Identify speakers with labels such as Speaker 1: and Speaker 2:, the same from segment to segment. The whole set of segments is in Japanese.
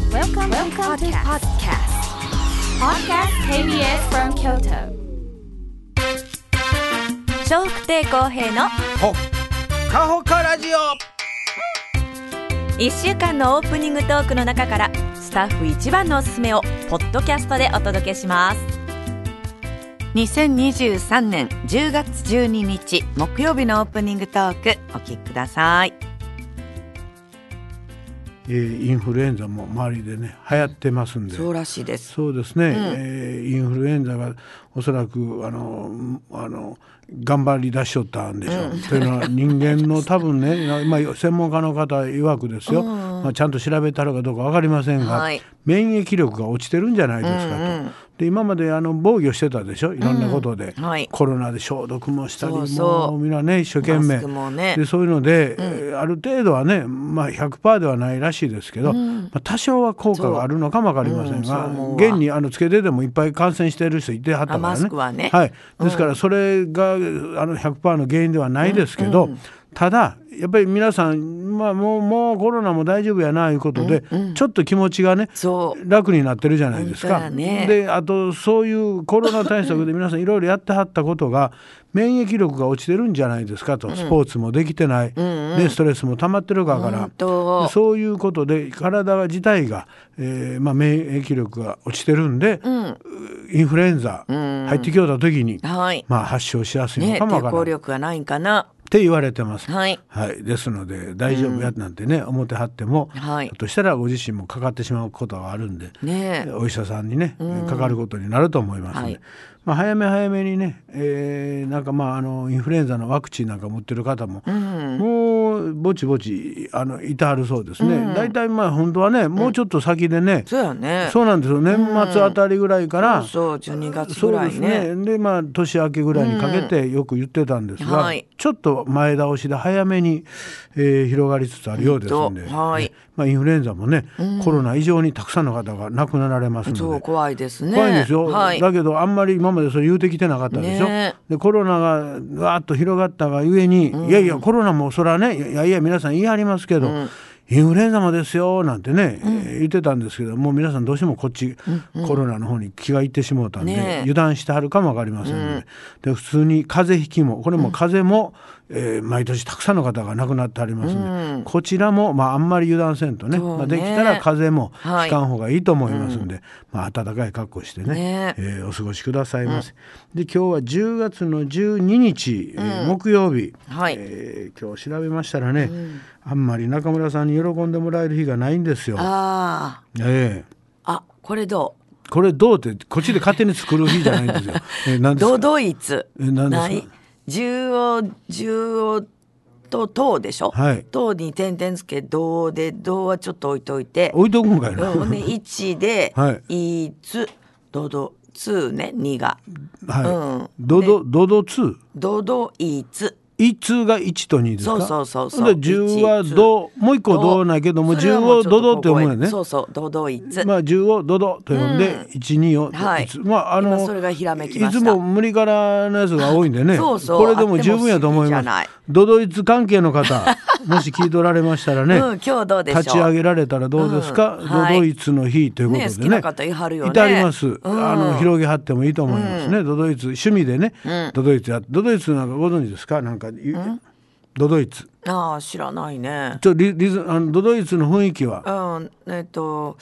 Speaker 1: Welcome, to
Speaker 2: Welcome to
Speaker 1: podcast.
Speaker 2: Podcast KBS from Kyoto.
Speaker 1: 笑福亭公平の
Speaker 3: ほっかほかラジオ
Speaker 1: 1週間のオープニングトークの中からスタッフ一番のおすすめをポッドキャストでお届けします
Speaker 4: 2023年10月12日木曜日のオープニングトークお聞きください
Speaker 3: えーインフルエンザも周りでね流行ってますんで
Speaker 4: そうらしいです
Speaker 3: そうですね、えーインフルエンザがおそらくあのあの頑張り出しとったんでしょう、という のは人間の多分ね今専門家の方曰くですよ、まあ、ちゃんと調べたのかどうか分かりませんが、
Speaker 4: はい
Speaker 3: 免疫力が落ちてるんじゃないですかと。で今まであの防御してたでしょいろんなことで、
Speaker 4: うんはい
Speaker 3: コロナで消毒もしたり
Speaker 4: そうそう
Speaker 3: もうみんなね一生懸
Speaker 4: マスクも
Speaker 3: 命、
Speaker 4: ね
Speaker 3: でそういうので、えーある程度はね、まあ、100%ではないらしいですけど、まあ、多少は効果があるのかも分かりませんが、
Speaker 4: そう思うわ
Speaker 3: 現にあのつけてでもいっぱい感染してる人いてはったからね
Speaker 4: あマスクはね
Speaker 3: はい、ですからそれがあの100%の原因ではないですけど、ただやっぱり皆さん、まあ、もうもうコロナも大丈夫やないうことで、ちょっと気持ちがね
Speaker 4: そう
Speaker 3: 楽になってるじゃないです
Speaker 4: 本
Speaker 3: か。
Speaker 4: 当やね
Speaker 3: であとそういうコロナ対策で皆さんいろいろやってはったことが免疫力が落ちてるんじゃないですかと、スポーツもできてない、ね、ストレスも溜まってるか
Speaker 4: 本
Speaker 3: ら
Speaker 4: 当
Speaker 3: でそういうことで体自体が、えーまあ、免疫力が落ちてるんで、インフルエンザ入ってきよった時に、
Speaker 4: はい
Speaker 3: まあ、発症しやすいの
Speaker 4: ね
Speaker 3: かも
Speaker 4: 抵
Speaker 3: わか
Speaker 4: 抗
Speaker 3: らないっ
Speaker 4: 力がないんかな
Speaker 3: て言われてます。
Speaker 4: はい
Speaker 3: ですので大丈夫やなんてね、思ってはっても、
Speaker 4: はい
Speaker 3: ひょっとしたらご自身もかかってしまうことはあるんで、
Speaker 4: ねえ
Speaker 3: お医者さんにね、かかることになると思いますので、
Speaker 4: はい
Speaker 3: まあ、早め早めにね、えーなんかまああのインフルエンザのワクチンなんか持ってる方も、もうぼちぼちあのいてはるそうですね、大体まあ本当はねもうちょっと先でね、
Speaker 4: そうやね
Speaker 3: そうなんですよ年末あたりぐらいから、
Speaker 4: そう12月
Speaker 3: そ
Speaker 4: ぐ
Speaker 3: う
Speaker 4: ら
Speaker 3: で
Speaker 4: い
Speaker 3: す
Speaker 4: ね
Speaker 3: ねでまあ年明けぐらいにかけてよく言ってたんですが、
Speaker 4: はい
Speaker 3: ちょっと前倒しで早めに、えー広がりつつあるようですんで、
Speaker 4: うんとはい
Speaker 3: ねまあ、インフルエンザもね、コロナ以上にたくさんの方が亡くなられますので
Speaker 4: そう怖いですね
Speaker 3: 怖いんですよ、
Speaker 4: はい
Speaker 3: だけどあんまり今までそれ言うてきてなかったでしょ、
Speaker 4: ね
Speaker 3: でコロナがわーっと広がったがゆえに、いやいやコロナもそらねいやいや皆さん言い張りますけど、インフルエンザもですよなんてね、えー言ってたんですけどもう皆さんどうしてもこっち、コロナの方に気がいってしもうたんで、
Speaker 4: ねえ
Speaker 3: 油断してはるかも分かりませんので,、で普通に風邪ひきもこれも風邪も、えー毎年たくさんの方が亡くなってありますので、こちらも、まあ、あんまり油断せんとね
Speaker 4: そうね
Speaker 3: まあ、できたら風邪も
Speaker 4: はい
Speaker 3: ひかん方がいいと思いますんで、まあ、暖かい格好してね
Speaker 4: ね
Speaker 3: えーお過ごしくださいませ。で今日は10月の12日、えー木曜日、
Speaker 4: はい
Speaker 3: えー今日調べましたらね、あんまり中村さんに喜んでもらえる日がないんですよ。
Speaker 4: あ
Speaker 3: ええ
Speaker 4: ーあこれど
Speaker 3: これどうってこっちで勝手に作る日じゃないん ですよ。えー、何
Speaker 4: う
Speaker 3: です
Speaker 4: ド
Speaker 3: か
Speaker 4: ドイツ
Speaker 3: え何ですか
Speaker 4: ない重王重王と党でしょ、
Speaker 3: はい
Speaker 4: 党に点々つけ銅で銅はちょっと置いといて
Speaker 3: 置いとくんかいな。
Speaker 4: うん ね、1で、、
Speaker 3: はい
Speaker 4: つ、どど、つね、2が。
Speaker 3: はい。
Speaker 4: うん
Speaker 3: どどどど2。
Speaker 4: どど、いつ。
Speaker 3: 一通が一と二ですか。
Speaker 4: そうそうそうそう
Speaker 3: で十はどもう一個どないけども
Speaker 4: それ
Speaker 3: 十
Speaker 4: は
Speaker 3: を
Speaker 4: ちょと
Speaker 3: どどって思うよね。
Speaker 4: そうそう、どど、いつ。
Speaker 3: まあ十をドドと呼んで一二を
Speaker 4: はい
Speaker 3: いつまああの
Speaker 4: 今それがひらめきました
Speaker 3: いつも無理からのやつが多いんでね。
Speaker 4: そうそう
Speaker 3: これでも十分やと思い
Speaker 4: あっても不思議じゃ
Speaker 3: ま
Speaker 4: ない
Speaker 3: す。ドドイツ関係 の方もし聞いとられましたらね。
Speaker 4: うん今日どうでしょう
Speaker 3: 立ち上げられたらどうですか。
Speaker 4: うんはい
Speaker 3: ドドイツの日ということでね。
Speaker 4: ね好きな方いはるよね
Speaker 3: いてはります。
Speaker 4: うん
Speaker 3: あの広げはってもいいと思いますね。ドドイツ趣味でね。ドドイツやドドイツなんかご存知ですかなんかゆドドイツ。
Speaker 4: ああ、知らないね。
Speaker 3: ちょリリズあのドドイツの雰囲気は
Speaker 4: うん、えっと、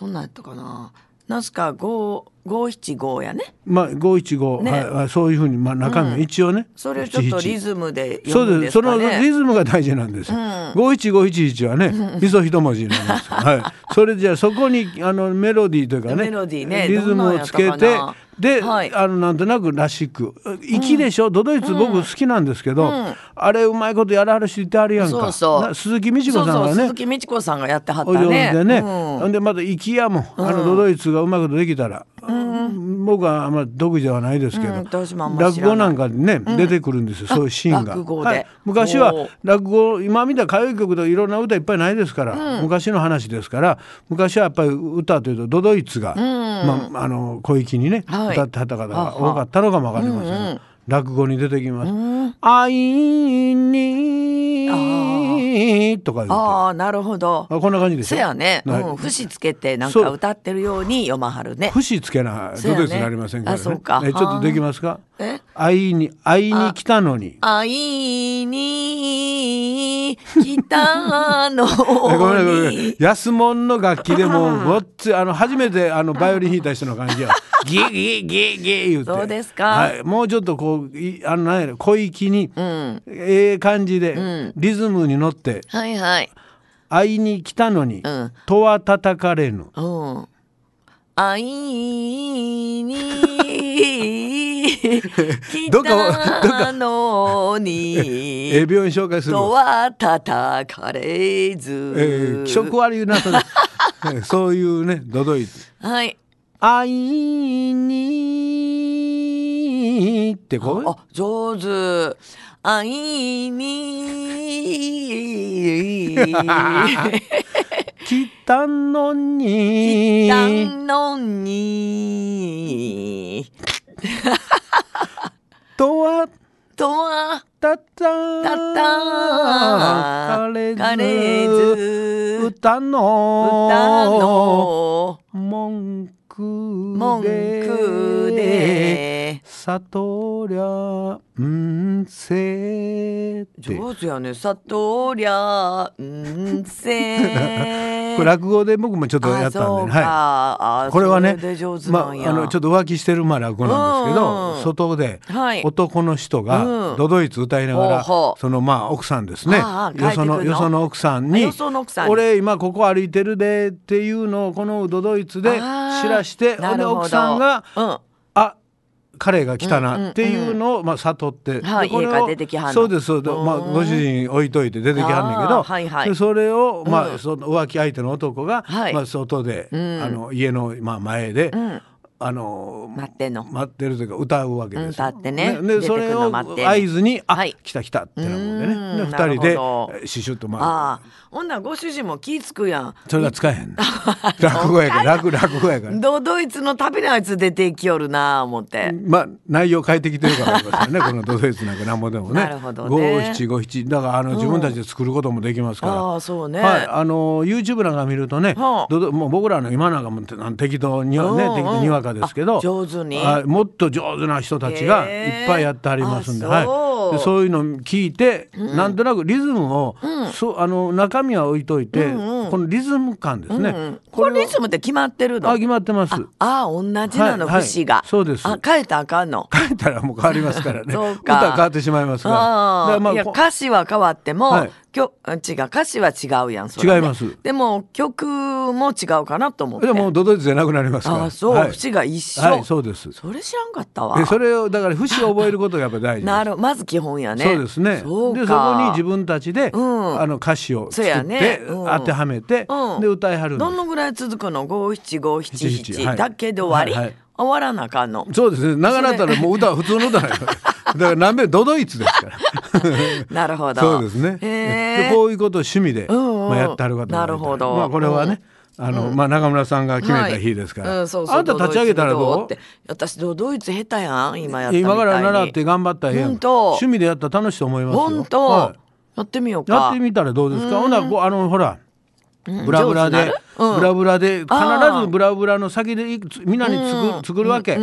Speaker 4: どんなんやったかな。なんすか、五、五七五やね。
Speaker 3: まあ五一五
Speaker 4: ね
Speaker 3: はいそういうふうにまあ中身、一応ね。
Speaker 4: それをちょっとリ
Speaker 3: ム。
Speaker 4: ズムで
Speaker 3: そ
Speaker 4: 読む
Speaker 3: うん
Speaker 4: で
Speaker 3: で。
Speaker 4: すす
Speaker 3: そ
Speaker 4: か
Speaker 3: の
Speaker 4: ね。
Speaker 3: リズムが大事なんですよ。五一五一一はね、みそ一文字になります。はい。それじゃあそこにあのメロディーというかね、
Speaker 4: メロディーね
Speaker 3: リズムをつけ
Speaker 4: どんなん
Speaker 3: て
Speaker 4: やったかな。
Speaker 3: で、
Speaker 4: はい
Speaker 3: あのなんとなくらしく粋でしょ、ドドイツ僕好きなんですけど、あれうまいことやらはる人いてあるやんか
Speaker 4: そうそう
Speaker 3: な鈴木美智
Speaker 4: そ
Speaker 3: 子
Speaker 4: う
Speaker 3: さん
Speaker 4: そう、
Speaker 3: がね
Speaker 4: 鈴木美智子さんがやってはった
Speaker 3: お上
Speaker 4: ね。
Speaker 3: 手でね、
Speaker 4: うん
Speaker 3: ほんでまたきやも、あのドドイツがうまくできたら、僕はあんまり得意ではないですけど、
Speaker 4: うん私もあんま知
Speaker 3: 落
Speaker 4: らない
Speaker 3: 語なんかにね、出てくるんですよそういうシーンが。
Speaker 4: 落語で
Speaker 3: はい昔は落語今みたいな歌謡曲といろんな歌いっぱいないですから、昔の話ですから昔はやっぱり歌というとドドイツが、まあ、あの小粋にね、
Speaker 4: はい
Speaker 3: 歌ってはった方が多かったのかもわかりませんが、落語に出てきます。愛に
Speaker 4: あ
Speaker 3: に」とか言って
Speaker 4: ああなるほど
Speaker 3: あこんな感じでしょ
Speaker 4: せやね、
Speaker 3: はい
Speaker 4: うん、節つけてなん
Speaker 3: そ
Speaker 4: か
Speaker 3: う
Speaker 4: 歌ってるように読まはるね
Speaker 3: 節つけな
Speaker 4: せ
Speaker 3: ど
Speaker 4: や
Speaker 3: う
Speaker 4: ね
Speaker 3: ですなりませんからね
Speaker 4: あそうか
Speaker 3: えちょっとできますか
Speaker 4: え
Speaker 3: 会いに会いに来たのに
Speaker 4: 会いに来たの
Speaker 3: えごめんごめんごめん
Speaker 4: に
Speaker 3: 安物の楽器でもうごっついあの初めて あのバイオリン弾いた人の感じやギーギーギーギー言うて
Speaker 4: そうですか
Speaker 3: はい、もうちょっとこういあのなんやろ小粋に、
Speaker 4: ん
Speaker 3: ええ感じで、
Speaker 4: ん
Speaker 3: リズムに乗って
Speaker 4: はいはい
Speaker 3: 会いに来たのに、
Speaker 4: うん
Speaker 3: とは叩かれぬ
Speaker 4: うん会いに来
Speaker 3: どっか
Speaker 4: た のに
Speaker 3: ええ病院紹介するわ
Speaker 4: とは叩かれず、
Speaker 3: えー気色悪いな と、えーそういうねどどい
Speaker 4: はい
Speaker 3: 「愛に」ってこう
Speaker 4: あ上手会いに
Speaker 3: 「来たのに」
Speaker 4: たのに
Speaker 3: とは
Speaker 4: とは
Speaker 3: たた
Speaker 4: た
Speaker 3: れず
Speaker 4: かれず
Speaker 3: 歌の
Speaker 4: 歌の
Speaker 3: 文句
Speaker 4: 文句で
Speaker 3: 悟りゃうんせって
Speaker 4: 上手やね悟りゃんせ
Speaker 3: これ落語で僕もちょっとやったんで、は
Speaker 4: は
Speaker 3: い、
Speaker 4: い
Speaker 3: これはね
Speaker 4: それで上手
Speaker 3: ま
Speaker 4: な
Speaker 3: あ、あ
Speaker 4: んや、
Speaker 3: のちょっと浮気してるまあ落語なんですけど、
Speaker 4: うんうん
Speaker 3: 外で
Speaker 4: はい
Speaker 3: 男の人
Speaker 4: う
Speaker 3: が
Speaker 4: ん
Speaker 3: ドドイツ歌いながら、
Speaker 4: ほうほう
Speaker 3: そのまあ奥さんですね
Speaker 4: ああ
Speaker 3: よその
Speaker 4: 帰ってくるの
Speaker 3: よその奥さんに
Speaker 4: あよその奥さんに
Speaker 3: 俺今ここ歩いてるで」っていうのをこのドドイツで知
Speaker 4: あー
Speaker 3: らして
Speaker 4: な
Speaker 3: ほんで
Speaker 4: るほど
Speaker 3: 奥さんが
Speaker 4: うん
Speaker 3: 「あ彼が来たな」っていううんのをまあ悟って、
Speaker 4: はい
Speaker 3: でこれを
Speaker 4: 家から出てきはんの
Speaker 3: そうですそうです、
Speaker 4: うん
Speaker 3: まあ、ご主人置いといて出てきはんねんけ
Speaker 4: あ
Speaker 3: ど、
Speaker 4: ーはいはい
Speaker 3: でそれを、ま
Speaker 4: うん
Speaker 3: あ、その浮気相手の男が、
Speaker 4: はい
Speaker 3: まあ、外で、
Speaker 4: うん
Speaker 3: あの家の、まあ、前で。
Speaker 4: うん
Speaker 3: あの
Speaker 4: 待ってんの
Speaker 3: 待ってるというか歌うわけですよ、
Speaker 4: うん歌ってね出
Speaker 3: で
Speaker 4: てく
Speaker 3: そ
Speaker 4: るの
Speaker 3: れを合
Speaker 4: 待ってんの
Speaker 3: 図に「あ、
Speaker 4: はい
Speaker 3: 来た来た」ってなもん
Speaker 4: う
Speaker 3: で
Speaker 4: ー
Speaker 3: ね
Speaker 4: ん
Speaker 3: で二人で
Speaker 4: なるほど
Speaker 3: えーシュシュッとまあ
Speaker 4: ああほんならご主人も気ぃつくやん
Speaker 3: それが使えへ んの落語やから落落語やから
Speaker 4: どドイツの旅のあいつ出てきよるなあ思って、
Speaker 3: まあ内容変えてきてるからです よねこのドドイツなんかなんぼでもね
Speaker 4: なるほどね
Speaker 3: 五七五七だからあの、自分たちで作ることもできますから
Speaker 4: ああそうね、
Speaker 3: はい、あの YouTube なんか見るとね、
Speaker 4: はあ
Speaker 3: どどもう僕らの今なんかもあの適当に,、ね
Speaker 4: うんうん
Speaker 3: 適当にわかですけど
Speaker 4: あ上手に
Speaker 3: はいもっと上手な人たちが
Speaker 4: へえ
Speaker 3: いっぱいやってありますんで,、
Speaker 4: あそう
Speaker 3: はい、でそういうの聞いて、なんとなくリズムを、そうあの中身は置いといて、このリズム感ですね、
Speaker 4: これ
Speaker 3: を
Speaker 4: リズムって決まってるの
Speaker 3: あ決まってます。
Speaker 4: ああ同じなの、
Speaker 3: はいはい
Speaker 4: 節が
Speaker 3: そうです
Speaker 4: あ変えたらあかんの
Speaker 3: 変えたらもう変わりますから ね
Speaker 4: そう
Speaker 3: 歌
Speaker 4: か
Speaker 3: 変わってしまいますからだか
Speaker 4: あ
Speaker 3: ら
Speaker 4: あ、
Speaker 3: まあ
Speaker 4: いや
Speaker 3: こ
Speaker 4: 歌詞は変わっても、
Speaker 3: はい
Speaker 4: きょあ違う歌詞は違うやんそれはね
Speaker 3: 違います
Speaker 4: でも曲も違うかなと思って
Speaker 3: でもドドイツじゃなくなりますから
Speaker 4: ああそう、
Speaker 3: はい
Speaker 4: 節が一緒、
Speaker 3: はい、そうです
Speaker 4: それ知らんかったわ
Speaker 3: でそれをだから節を覚えることがやっぱ大事で す
Speaker 4: なるまず基本やね
Speaker 3: そうですね。
Speaker 4: そうか
Speaker 3: でそこに自分たちで、
Speaker 4: うん
Speaker 3: あの歌詞を
Speaker 4: そう
Speaker 3: 作っ
Speaker 4: や
Speaker 3: て、
Speaker 4: ねうん
Speaker 3: 当てはめて、
Speaker 4: うん
Speaker 3: で歌いはるんで
Speaker 4: どのぐらい続くの五七五七
Speaker 3: 七七は
Speaker 4: 七
Speaker 3: い
Speaker 4: だけで終わり、
Speaker 3: はいはい
Speaker 4: 終わらなあかんの
Speaker 3: す。そうですね。長なったらもう歌は普通の歌だよ。だ から南米ドドイツですから。
Speaker 4: なるほど
Speaker 3: そうですね。
Speaker 4: へえ
Speaker 3: でこういうことを趣味で、
Speaker 4: うんうん
Speaker 3: まあやってはる方がいたり
Speaker 4: なるほど
Speaker 3: まあこれはね、あの、まあ中村さんが決めた日ですから。
Speaker 4: はいうん、そうそう
Speaker 3: あんた立ち上げたらど
Speaker 4: ドイ
Speaker 3: う？
Speaker 4: ツって私ドドイツ下手やん今やったみたいに
Speaker 3: 今から習って頑張ったらええやん
Speaker 4: ほんと
Speaker 3: 趣味でやったら楽しいと思いますよ。
Speaker 4: 本当、
Speaker 3: はい
Speaker 4: やってみようか
Speaker 3: やってみたらどうですか。ほんならこうあのほら。ブラブラ
Speaker 4: 上手にな、
Speaker 3: で
Speaker 4: るうん
Speaker 3: ブラブラで必
Speaker 4: あ
Speaker 3: ずブラブラの先でいくつみんなにつく、作るわけ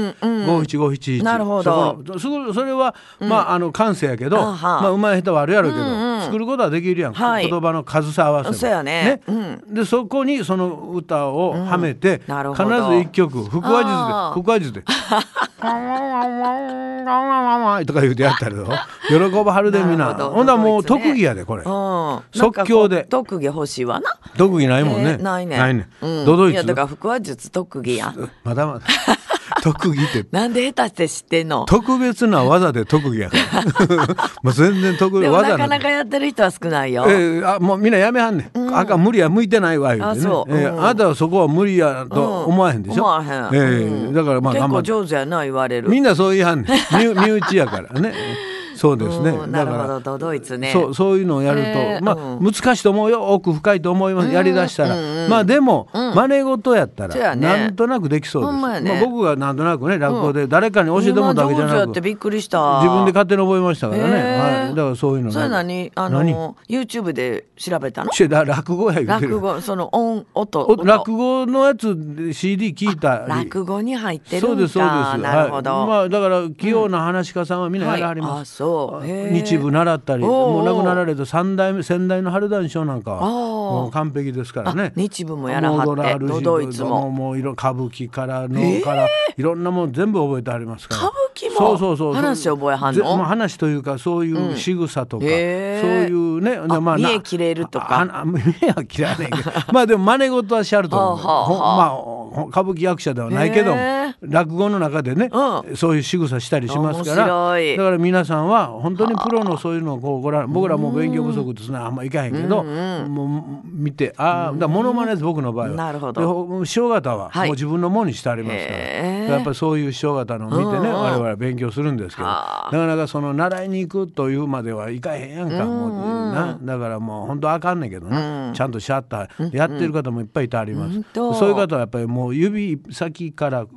Speaker 3: 五七五七一
Speaker 4: なるほど
Speaker 3: そこのそそれは、まああの感性やけど
Speaker 4: あは
Speaker 3: まあうまい下手はあるやろうけど、作ることはできるやん、
Speaker 4: はい
Speaker 3: 言葉の数さ合わせば
Speaker 4: そうやね
Speaker 3: でそこにその歌をはめて、
Speaker 4: なるほ
Speaker 3: 必
Speaker 4: ど
Speaker 3: ず一曲腹
Speaker 4: あ
Speaker 3: 話
Speaker 4: ー
Speaker 3: 術で腹話 術で 「とか言うてやったりと 喜ばはるでみん
Speaker 4: な
Speaker 3: な
Speaker 4: るほど
Speaker 3: ほんならもう
Speaker 4: ドイツね
Speaker 3: 特技やでこれ。
Speaker 4: うん、
Speaker 3: 即興で
Speaker 4: なんかこう特技欲しいわな
Speaker 3: 特技ないもんね。
Speaker 4: えーないね
Speaker 3: ないね。
Speaker 4: うん、
Speaker 3: ドドイ
Speaker 4: いや
Speaker 3: ツ
Speaker 4: だ。から腹話術特技やん
Speaker 3: まだま だ。特技って。
Speaker 4: なんで下手して知ってんの
Speaker 3: 特別な技で特技やから。 もう全然特技
Speaker 4: でもな
Speaker 3: 技
Speaker 4: か
Speaker 3: な
Speaker 4: なんか
Speaker 3: か。
Speaker 4: やってる人は少ないよ、
Speaker 3: ええあもうみんなやめはんねん、あかん無理や向いてないわ言うてね
Speaker 4: あそう
Speaker 3: ええ
Speaker 4: うん
Speaker 3: あなたはそこは無理やと思わへんでしょ、
Speaker 4: 思わへん、
Speaker 3: ええ
Speaker 4: うん
Speaker 3: だからまあ
Speaker 4: 結
Speaker 3: 頑張
Speaker 4: 構
Speaker 3: って
Speaker 4: 上手やな言われる
Speaker 3: みんなそう言いはんねん身身内やからねそうですね。
Speaker 4: うん
Speaker 3: だ
Speaker 4: なる
Speaker 3: から
Speaker 4: ほどドドイツね
Speaker 3: そうそういうのをやると、
Speaker 4: えー
Speaker 3: まあ、
Speaker 4: う
Speaker 3: 難しいと思うよ奥深いと思います、やりだしたら、まあでも、真似事やった
Speaker 4: そうや
Speaker 3: ら、
Speaker 4: ね
Speaker 3: なんとなくできそうです、
Speaker 4: ほんまやね
Speaker 3: あ、僕がなんとなくね落語で誰かに教えてもらったわけじゃ
Speaker 4: みん上手や
Speaker 3: な
Speaker 4: って
Speaker 3: く自
Speaker 4: びっくりした
Speaker 3: 分で勝手に覚えましたからね、
Speaker 4: へー
Speaker 3: はい、だからそういうのね
Speaker 4: それ何あの YouTube で調べたの
Speaker 3: 違うだから落語や言うてる
Speaker 4: 落語その音音
Speaker 3: お
Speaker 4: 音
Speaker 3: 落語のやつ CD 聞いたり
Speaker 4: 落語に入ってるんだ
Speaker 3: そうですそうです
Speaker 4: なるほど、
Speaker 3: はいまあ、だから器用な話し家さんはみんなやらはり
Speaker 4: はい
Speaker 3: ま
Speaker 4: あ
Speaker 3: す、
Speaker 4: そうへー
Speaker 3: 日舞習ったり
Speaker 4: おうおう
Speaker 3: もう亡くなられた三代目先代の春談師匠なんかは
Speaker 4: あー
Speaker 3: もう完璧ですからね
Speaker 4: あ日舞もやらはって
Speaker 3: 踊る
Speaker 4: ドドイツも
Speaker 3: うもういろ歌舞伎から能から、いろんなもん全部覚えてありますから
Speaker 4: 歌舞伎も
Speaker 3: そうそうそう
Speaker 4: 話覚えはんの
Speaker 3: ぜもう話というかそういう仕草とか、
Speaker 4: へー
Speaker 3: そういうね
Speaker 4: あ
Speaker 3: まあな
Speaker 4: 見え切れるとか
Speaker 3: あああ目は切らな いけどまあでも真似事はしゃると思う
Speaker 4: はあはあ
Speaker 3: ほんまあほん歌舞伎役者ではないけども
Speaker 4: へー
Speaker 3: 落語の中でね、
Speaker 4: う
Speaker 3: そういう仕草したりしますから
Speaker 4: 面白い
Speaker 3: だから皆さんは本当にプロのそういうのをこうご覧僕らもう勉強不足ですねあんまいかへんけどもう見てああだからモノマネです僕の場合は。
Speaker 4: なるほど
Speaker 3: でほ師匠方はも
Speaker 4: はいう
Speaker 3: 自分のものにしてありますから、
Speaker 4: へー
Speaker 3: やっぱりそういう師匠方のを見てね、
Speaker 4: うんうん
Speaker 3: 我々は勉強するんですけど
Speaker 4: は
Speaker 3: なかなかその習いに行くというまではいかへんやんか、もうなだからもう本当あかんねんけどな、ちゃんとシャッターやってる方もいっぱいいてあります、
Speaker 4: んと
Speaker 3: そういう方はやっぱりもう指先からう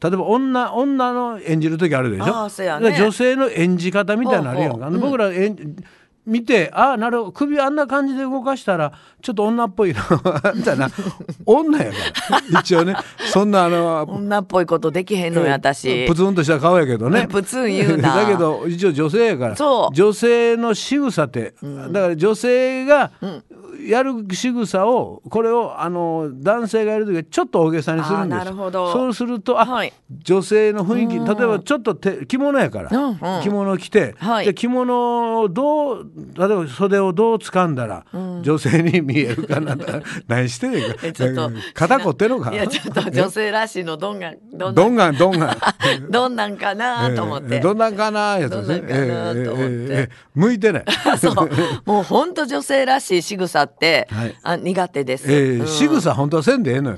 Speaker 3: 例えば女女の演じる時あるでし
Speaker 4: あ
Speaker 3: ょ
Speaker 4: ーそうやね
Speaker 3: 女性の演じ方みたいなのあるやんか、あの僕ら演じ見てああなるほど首あんな感じで動かしたらちょっと女っぽいな あんたな女や から一応ねそんなあの
Speaker 4: 女っぽいことできへんのよ私
Speaker 3: プツンとした顔やけどね
Speaker 4: プツン言うな
Speaker 3: だけど一応女性やから
Speaker 4: そう
Speaker 3: 女性の仕草って、だから女性がやる仕草をこれをあの男性がやる時はちょっと大げさにするんです
Speaker 4: あーなるほど
Speaker 3: そうするとあ、
Speaker 4: はい
Speaker 3: 女性の雰囲気例えばちょっと手着物やから、
Speaker 4: うんうん
Speaker 3: 着物を着て、
Speaker 4: はい
Speaker 3: で着物をどう例えば袖をどう掴んだら、女性に見えるかな 何してんねんか
Speaker 4: えちょっと
Speaker 3: 肩凝ってんのか
Speaker 4: いやちょっと女性らしいのどんがどんな
Speaker 3: どんがんどんがん
Speaker 4: どんなんかなと思って、
Speaker 3: ええどんなんかなーやつですね。
Speaker 4: どんなんかなーと思って
Speaker 3: 向いてない。
Speaker 4: そうもうほんと女性らしい仕草って、
Speaker 3: はい
Speaker 4: あ苦手です、
Speaker 3: ええ
Speaker 4: うん
Speaker 3: 仕草本当はせんでええのよ、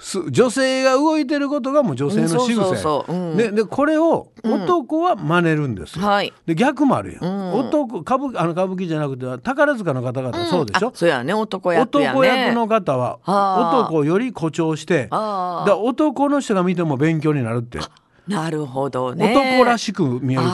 Speaker 3: す女性が動いてることがもう女性の仕草や、
Speaker 4: うんそうそうそううん
Speaker 3: ででこれを男は真似るんですよ、
Speaker 4: はい
Speaker 3: で逆もあるやん、男歌舞伎あの歌舞伎じゃなくて宝塚の方々そうでしょ、
Speaker 4: あそうやね男役やね
Speaker 3: 男役の方は
Speaker 4: あー
Speaker 3: 男より誇張してだ
Speaker 4: あー
Speaker 3: から男の人が見ても勉強になるって、
Speaker 4: なるほどね
Speaker 3: 男らしく見えるから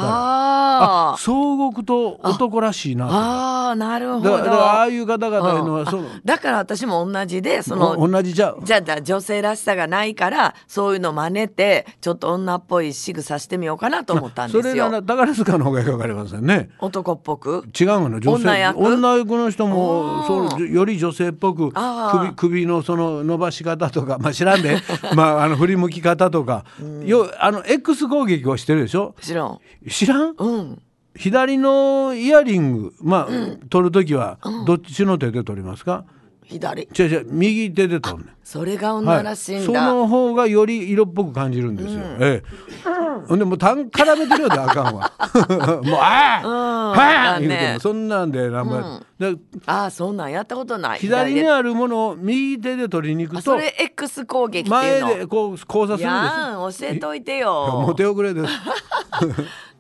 Speaker 4: あ
Speaker 3: あ
Speaker 4: ー
Speaker 3: 総国と男らしいなと思って
Speaker 4: あーなるほ
Speaker 3: だ
Speaker 4: ど
Speaker 3: からだからああいう方々いうの
Speaker 4: う
Speaker 3: は
Speaker 4: ん
Speaker 3: その
Speaker 4: あだから私も同じでその
Speaker 3: お同じじゃう
Speaker 4: じゃあじゃあ女性らしさがないからそういうの真似てちょっと女っぽい仕草してみようかなと思ったん
Speaker 3: そ
Speaker 4: です
Speaker 3: れな
Speaker 4: よ
Speaker 3: ら宝塚の方がよくわかりませんね
Speaker 4: 男っぽく
Speaker 3: 違うの女性
Speaker 4: 女役
Speaker 3: の人も
Speaker 4: おー
Speaker 3: そうより女性っぽく
Speaker 4: あー
Speaker 3: 首首のその伸ばし方とか、まあ、知らんで、 まあ、あの振り向き方とか、よあの X 攻撃をしてるでしょ
Speaker 4: もちろん
Speaker 3: 知らん
Speaker 4: うん
Speaker 3: 左のイヤリング、まあ取る時はどっちの手で取りますか、
Speaker 4: 左
Speaker 3: 違う違う右手で取るねん
Speaker 4: それが
Speaker 3: は
Speaker 4: 女らしいん
Speaker 3: そ
Speaker 4: だ、
Speaker 3: の方がより色っぽく感じるんですよ。ええ。ほんでもうたん絡めてるようであかんわ。 もうああ、はあ、
Speaker 4: だね
Speaker 3: 言うてもそんなんでなんか、だから
Speaker 4: ああそんなんやったことない
Speaker 3: 左に
Speaker 4: 手
Speaker 3: あるものを右手で取りに行
Speaker 4: あ
Speaker 3: く
Speaker 4: そ
Speaker 3: と
Speaker 4: れ X 攻撃っていうの
Speaker 3: 前でこう交差するんです
Speaker 4: やん教えといて
Speaker 3: よ。もう
Speaker 4: よ
Speaker 3: 手遅 れです。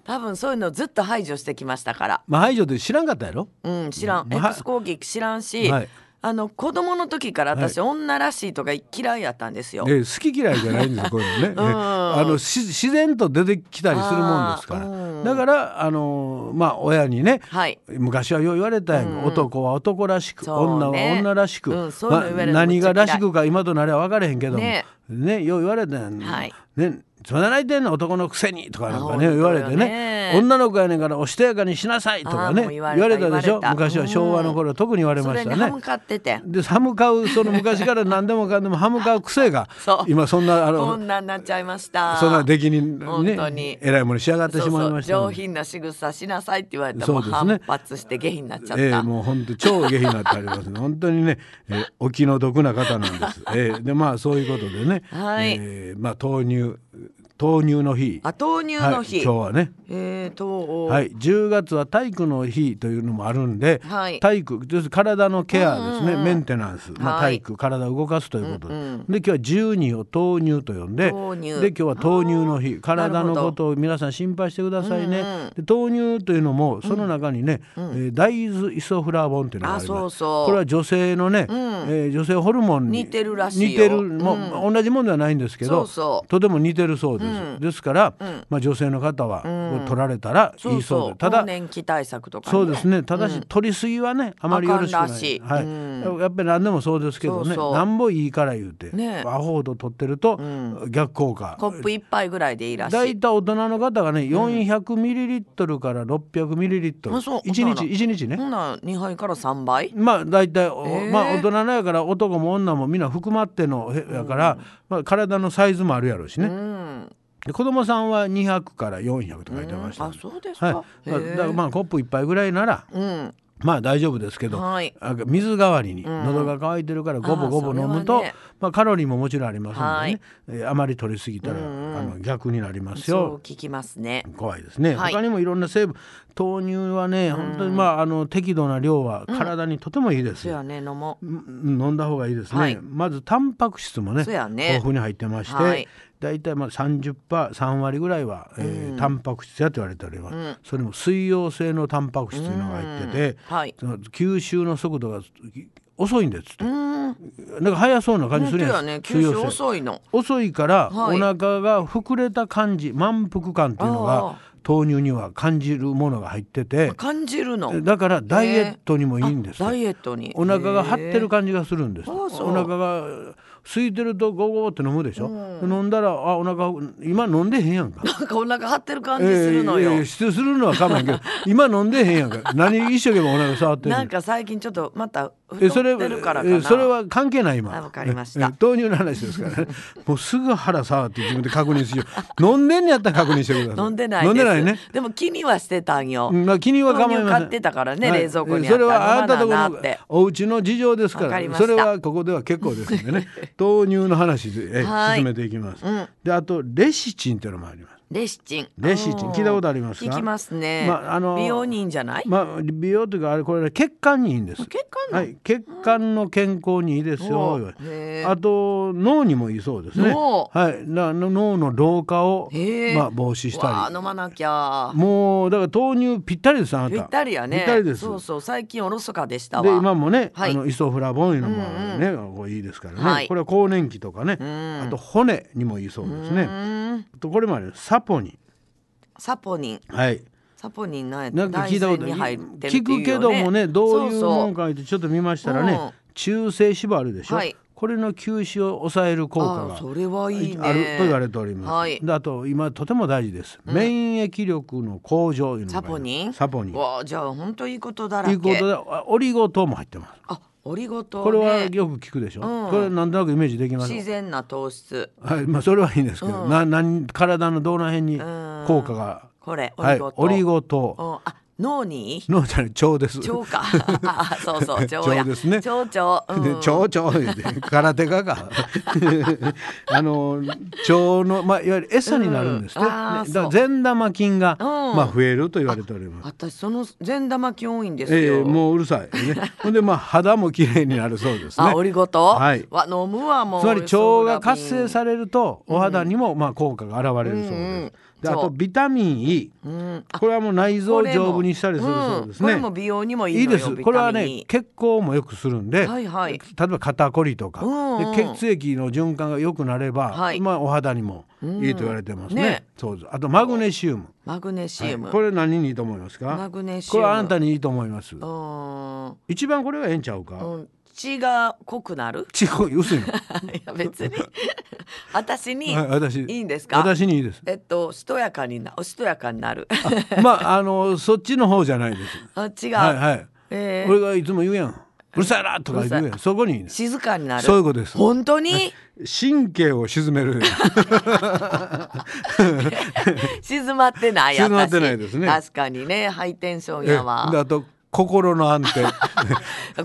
Speaker 4: 多分そういうのずっと排除してきましたから
Speaker 3: まあ排除で知らんかったやろ。
Speaker 4: うん知らん
Speaker 3: まあ
Speaker 4: X 攻撃知らんし、
Speaker 3: はい
Speaker 4: あの子供の時から私、女らしいとか嫌いやったんですよ、
Speaker 3: ええ好き嫌いじゃない んですよこういうのね、ええあのし自然と出てきたりするもんですから、
Speaker 4: あー
Speaker 3: だからあのまあ親にね、
Speaker 4: はい
Speaker 3: 昔はよう言われたやんか、男は男らしく、
Speaker 4: そうね
Speaker 3: 女は女らしく、
Speaker 4: うんそういうの言われるの
Speaker 3: 何がらしくか今となりゃ分かれへんけども
Speaker 4: ね
Speaker 3: ねよう言われたやん、
Speaker 4: はい
Speaker 3: ねそんな泣いてんの男のくせにとかなんか
Speaker 4: あ
Speaker 3: ね
Speaker 4: ー
Speaker 3: 言われて
Speaker 4: 本当よ
Speaker 3: ね
Speaker 4: ね
Speaker 3: 女の子やねんからおしとやかにしなさいとか
Speaker 4: あー
Speaker 3: ね
Speaker 4: もう
Speaker 3: 言
Speaker 4: 言
Speaker 3: わ
Speaker 4: わ
Speaker 3: れ
Speaker 4: れた
Speaker 3: たでし
Speaker 4: 言
Speaker 3: ょ
Speaker 4: われた
Speaker 3: 昔は昭和の頃特に言われ
Speaker 4: そ
Speaker 3: ま
Speaker 4: れ
Speaker 3: し
Speaker 4: に
Speaker 3: た
Speaker 4: 歯
Speaker 3: ね
Speaker 4: 向。かってて
Speaker 3: で歯向かうその昔から何でもかんでも歯向かう癖が
Speaker 4: そう
Speaker 3: 今そんなあ
Speaker 4: こ
Speaker 3: の
Speaker 4: んなんなっちゃいました
Speaker 3: そんな出来に
Speaker 4: 本当に
Speaker 3: ねえらいものに仕上がってしまいました
Speaker 4: そう
Speaker 3: の
Speaker 4: そう上
Speaker 3: で
Speaker 4: 品な仕草しなさいって言われたら
Speaker 3: そ
Speaker 4: も
Speaker 3: う
Speaker 4: う
Speaker 3: ですね
Speaker 4: 反発して下品になっちゃった、
Speaker 3: ええもう本当超下品になってあります ね本当にね、えーお気の毒な方なんです、ええでまあそういうことでね、
Speaker 4: はい
Speaker 3: ええまあ豆乳豆乳の日。
Speaker 4: あ豆乳の日、
Speaker 3: はい、今日はね。
Speaker 4: えーと、
Speaker 3: はい、10月は体育の日というのもあるんで、
Speaker 4: はい
Speaker 3: 体育要するに体のケアですね、メンテナンス、まあ、
Speaker 4: は
Speaker 3: 体
Speaker 4: い
Speaker 3: 育、体を動かすということで,、で今日は12を豆乳と呼んで
Speaker 4: 豆乳
Speaker 3: で今日は豆乳の日体
Speaker 4: なる
Speaker 3: の
Speaker 4: ほど
Speaker 3: ことを皆さん心配してくださいね、で豆乳というのもその中にね、えー大豆イソフラボンというのがあります
Speaker 4: あそうそう
Speaker 3: これは女性のね、えー女性ホルモンに
Speaker 4: 似てるらしいよ
Speaker 3: 似てるもう同じもんではないんですけど
Speaker 4: そうそう
Speaker 3: とても似てるそうです、ですから、まあ、女性の方は、こう取られたらいいそう
Speaker 4: そう
Speaker 3: で
Speaker 4: そう
Speaker 3: ただ
Speaker 4: 更年期対策とか、ね、
Speaker 3: そうですね。ただし、取りすぎはね、あまりよろしくな
Speaker 4: あかんらし
Speaker 3: い。
Speaker 4: い
Speaker 3: はい、やっぱり何でもそうですけど
Speaker 4: そう
Speaker 3: ね、
Speaker 4: そう
Speaker 3: なんぼいいから言うて、
Speaker 4: ね
Speaker 3: アホほど取ってると、逆効果。
Speaker 4: コップ一杯ぐらいでいいらしい
Speaker 3: だいたい大人の方がね、400ミリリットルから600ミリリットル
Speaker 4: あそう、
Speaker 3: 一
Speaker 4: そうなの
Speaker 3: 日一日
Speaker 4: ほ
Speaker 3: ね。
Speaker 4: んな2杯から3杯
Speaker 3: まあ大体、お
Speaker 4: えー
Speaker 3: まあ大人のやから男も女もみんな含まってのへやから、まあ体のサイズもあるやろうしね。で子供さんは200から400と書いてました
Speaker 4: あ
Speaker 3: ね。
Speaker 4: そうですか、
Speaker 3: はい、だだからまあコップ一杯ぐらいなら、
Speaker 4: うん
Speaker 3: まあ大丈夫ですけど、
Speaker 4: はい
Speaker 3: あ水代わりに喉が渇いてるからごぼごぼ飲むと、
Speaker 4: あーそれはね
Speaker 3: まあ、カロリーももちろんありますのでね、えーあまり取りすぎたら、あの逆になります
Speaker 4: そう
Speaker 3: よ。
Speaker 4: 聞きますね
Speaker 3: 怖いですね、
Speaker 4: はい
Speaker 3: 他にもいろんな成分豆乳はね本当にまああの適度な量は体にとてもいいです
Speaker 4: そう
Speaker 3: よ、
Speaker 4: やね飲もう
Speaker 3: うん飲んだ方がいいですね、
Speaker 4: はい
Speaker 3: まずタンパク質もね
Speaker 4: そうやね
Speaker 3: 豊富に入ってまして、
Speaker 4: はい
Speaker 3: だいたいまあ 30%3 割ぐらいは、えータンパク質やって言われております、それも水溶性のタンパク質というのが入ってて、
Speaker 4: はい
Speaker 3: その吸収の速度が遅いんですってなんか速そうな感じす
Speaker 4: 本当
Speaker 3: るや
Speaker 4: や
Speaker 3: ん、
Speaker 4: ね吸
Speaker 3: 水溶
Speaker 4: 収
Speaker 3: 性
Speaker 4: 遅いの
Speaker 3: 遅いから、
Speaker 4: はい
Speaker 3: お腹が膨れた感じ満腹感っていうのが豆乳には感じるものが入ってて
Speaker 4: 感じるの
Speaker 3: だからダイエットにもいいんですよ
Speaker 4: ダイエットに
Speaker 3: お腹が張ってる感じがするんです
Speaker 4: あ
Speaker 3: お
Speaker 4: あそう
Speaker 3: 腹が空いてるとゴーゴーって飲むでしょ、飲んだらあお腹今飲んでへんやんか
Speaker 4: なんかお腹張ってる感じするのよ、
Speaker 3: えーえーしてするのは構わんけど今飲んでへんやんか何一生懸命お腹触ってる
Speaker 4: なんか最近ちょっとまた太
Speaker 3: え
Speaker 4: っ
Speaker 3: それ
Speaker 4: てるからか
Speaker 3: え
Speaker 4: な
Speaker 3: ーそれは関係ない今
Speaker 4: あわかりました
Speaker 3: えー豆乳の話で すからねもうすぐ腹触って自分で確認しよう飲んでんのやったら確認してください
Speaker 4: 飲んでない
Speaker 3: 飲ん
Speaker 4: で
Speaker 3: ですないね
Speaker 4: でも気にはしてたんよ、
Speaker 3: うんまあ、気には構い
Speaker 4: 豆
Speaker 3: ません
Speaker 4: 乳買ってたからね冷蔵庫にあった
Speaker 3: えーそれはあなたとこ
Speaker 4: 飲まなあなって
Speaker 3: のお家の事情ですか
Speaker 4: わからりまし
Speaker 3: そ
Speaker 4: た
Speaker 3: れはここでは結構ですんで ね豆乳の話で、えー
Speaker 4: はい
Speaker 3: 進めていきます、であとレシチンというのもあります
Speaker 4: レシチン
Speaker 3: レシチン聞いたことありますか
Speaker 4: 聞きますね、
Speaker 3: まああの
Speaker 4: 美容にいいんじゃない、
Speaker 3: まあ美容というかあれこれね血管にいいんです。
Speaker 4: 血管の
Speaker 3: はい血管の健康にいいです
Speaker 4: う
Speaker 3: よ
Speaker 4: んへ。え
Speaker 3: あと脳にもいいそうですね。
Speaker 4: 脳
Speaker 3: はい。な脳の老化を
Speaker 4: へえ
Speaker 3: まあ防止し
Speaker 4: わ
Speaker 3: た
Speaker 4: あ
Speaker 3: り。
Speaker 4: 飲まなきゃ
Speaker 3: もうだから豆乳ぴったりですあなた。
Speaker 4: ぴったりやね
Speaker 3: ぴったりです。
Speaker 4: そうそう最近おろそかでしたわ
Speaker 3: で今もね、
Speaker 4: はい
Speaker 3: あのイソフラボンいうのもね、こういいですからね、
Speaker 4: はい
Speaker 3: これは更年期とかね、あと骨にもいいそうですね。あとこれもあるサポニン。
Speaker 4: サポニン
Speaker 3: はい。
Speaker 4: サポニンなんや
Speaker 3: なんか聞いたこと
Speaker 4: 大豆に入ってるってい
Speaker 3: 聞
Speaker 4: うよ
Speaker 3: くけどもねどういうも
Speaker 4: そ
Speaker 3: ん
Speaker 4: う
Speaker 3: かってちょっと見ましたらね
Speaker 4: うん
Speaker 3: 中性脂肪あるでしょ、
Speaker 4: はい
Speaker 3: これの吸収を抑える効果が
Speaker 4: あそれはいいね
Speaker 3: あると言われております、
Speaker 4: はい
Speaker 3: であと今とても大事です、免疫力の向上いうのが
Speaker 4: サポニン
Speaker 3: サポニン
Speaker 4: うわあじゃあ本当いいことだら
Speaker 3: とい
Speaker 4: け
Speaker 3: うことであオリゴ糖も入ってます
Speaker 4: あオリゴ糖、ね、
Speaker 3: これはよく聞くでしょ、
Speaker 4: うん
Speaker 3: これなんとなくイメージできます
Speaker 4: 自然な糖質
Speaker 3: はい、まあそれはいいんですけど、な何体のどの辺に効果が、
Speaker 4: これオ
Speaker 3: は
Speaker 4: リ
Speaker 3: い
Speaker 4: ゴ糖、
Speaker 3: オリゴ糖
Speaker 4: うんあ脳にいい
Speaker 3: のじゃない腸です
Speaker 4: 腸かあそうそう腸や
Speaker 3: 腸ですね
Speaker 4: 腸腸、うん
Speaker 3: で蝶々 言うて空手家があの蝶のまあいわゆる餌になるんですね。
Speaker 4: う
Speaker 3: ね
Speaker 4: んあー
Speaker 3: だから
Speaker 4: そ
Speaker 3: 善玉菌が
Speaker 4: ん
Speaker 3: まあ増えると言われております。
Speaker 4: 私その善玉菌多いんですよ、
Speaker 3: ええもううるさい ね。ほんでまあ肌も綺麗になるそうですね
Speaker 4: あ。オリゴ糖、
Speaker 3: はい
Speaker 4: わ飲むわもう
Speaker 3: つまり腸が活性
Speaker 4: れ
Speaker 3: されるとお肌にもまあ効果が現れるそうです。
Speaker 4: うんうん
Speaker 3: であ
Speaker 4: そ
Speaker 3: と
Speaker 4: う
Speaker 3: ビタミン E、これはもう内臓を丈夫にしたりするそうですね。
Speaker 4: これも美容にもいい
Speaker 3: いい
Speaker 4: の
Speaker 3: で
Speaker 4: よビ
Speaker 3: す。
Speaker 4: タミン
Speaker 3: これはね
Speaker 4: E
Speaker 3: 血行も良くするんで、
Speaker 4: はいはい
Speaker 3: 例えば肩こりとか、
Speaker 4: うんうん
Speaker 3: で血液の循環が良くなれば、
Speaker 4: はい
Speaker 3: まあお肌にもいいと言われてますね。
Speaker 4: ね
Speaker 3: そうです。あとマグネシウム。
Speaker 4: マグネシウム、
Speaker 3: これ何にいいと思いますか？
Speaker 4: マグネシウム
Speaker 3: これあなたにいいと思います。
Speaker 4: うーん
Speaker 3: 一番これがええんちゃうか？
Speaker 4: うん血が濃くなる
Speaker 3: 違う薄いの。
Speaker 4: いや別 に私に
Speaker 3: はい私
Speaker 4: いいんですか
Speaker 3: 私にいいです。
Speaker 4: えっとしとやかになおしとやかになる
Speaker 3: まああのそっちの方じゃないです。
Speaker 4: あ 違う、
Speaker 3: はいはい。
Speaker 4: えー
Speaker 3: 俺がいつも言うやん。うるさいなとか言う
Speaker 4: うる
Speaker 3: やん。そこにいいです。
Speaker 4: 静かになる
Speaker 3: そういうことです
Speaker 4: 本当に
Speaker 3: 神経を沈める。
Speaker 4: 静まってない
Speaker 3: 静ま
Speaker 4: 私
Speaker 3: ってないですね
Speaker 4: 確かにねハイテンション
Speaker 3: ええ
Speaker 4: やわ
Speaker 3: であと心の安定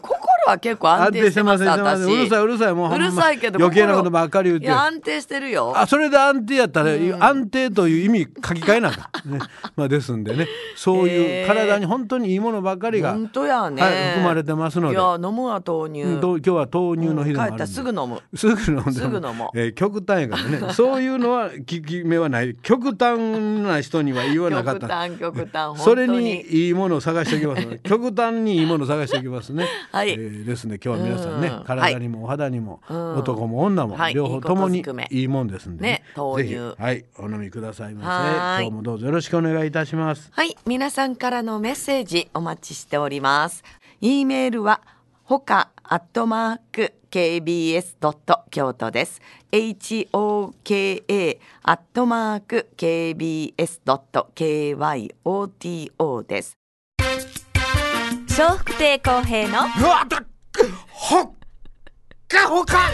Speaker 4: 心は結構 安定してます
Speaker 3: 安定してます
Speaker 4: 私
Speaker 3: うるさいうるさいもうほんま
Speaker 4: うるさいけど
Speaker 3: 余計なこと
Speaker 4: 心
Speaker 3: ばっかり言って
Speaker 4: いや安定してるよ
Speaker 3: あそれで安定やったら、安定という意味書き換えなんだ、ねまあ、ですんでねそうい
Speaker 4: へ
Speaker 3: う
Speaker 4: ー
Speaker 3: 体に本当にいいものばっかりが、
Speaker 4: 本当やね、
Speaker 3: はい、含まれてますの
Speaker 4: い
Speaker 3: で
Speaker 4: や飲むわ豆乳、
Speaker 3: うんと今日は豆乳の日でも
Speaker 4: 帰
Speaker 3: ある
Speaker 4: った
Speaker 3: んで
Speaker 4: らすぐ飲む
Speaker 3: すぐ飲んでも
Speaker 4: すぐ飲もう
Speaker 3: えー極端やから ねそういうのは効き目はない極端な人には言わなかっ
Speaker 4: 極
Speaker 3: た
Speaker 4: 端極端
Speaker 3: そ
Speaker 4: 本当
Speaker 3: れに
Speaker 4: に
Speaker 3: いいものを探しておきま すので極端にいいものを探しておきますね、
Speaker 4: はい
Speaker 3: えーですね今日は皆さん
Speaker 4: う
Speaker 3: ね
Speaker 4: ん
Speaker 3: 体にもお肌にも、
Speaker 4: うん
Speaker 3: 男も女も、
Speaker 4: はい
Speaker 3: 両方とも
Speaker 4: いい
Speaker 3: に
Speaker 4: ことずくめ
Speaker 3: いいもんですんで
Speaker 4: ね豆乳
Speaker 3: ぜひはいお飲みくださいま
Speaker 4: はー
Speaker 3: せ
Speaker 4: い
Speaker 3: 今日もどうぞよろしくお願いいたします
Speaker 4: はい皆さんからのメッセージお待ちしております e メールはほかアットマーク kbs ドット京都です h o k a アットマーク kbs ドット k y o t o です
Speaker 1: 笑福亭公平の
Speaker 3: うわだっほっかほか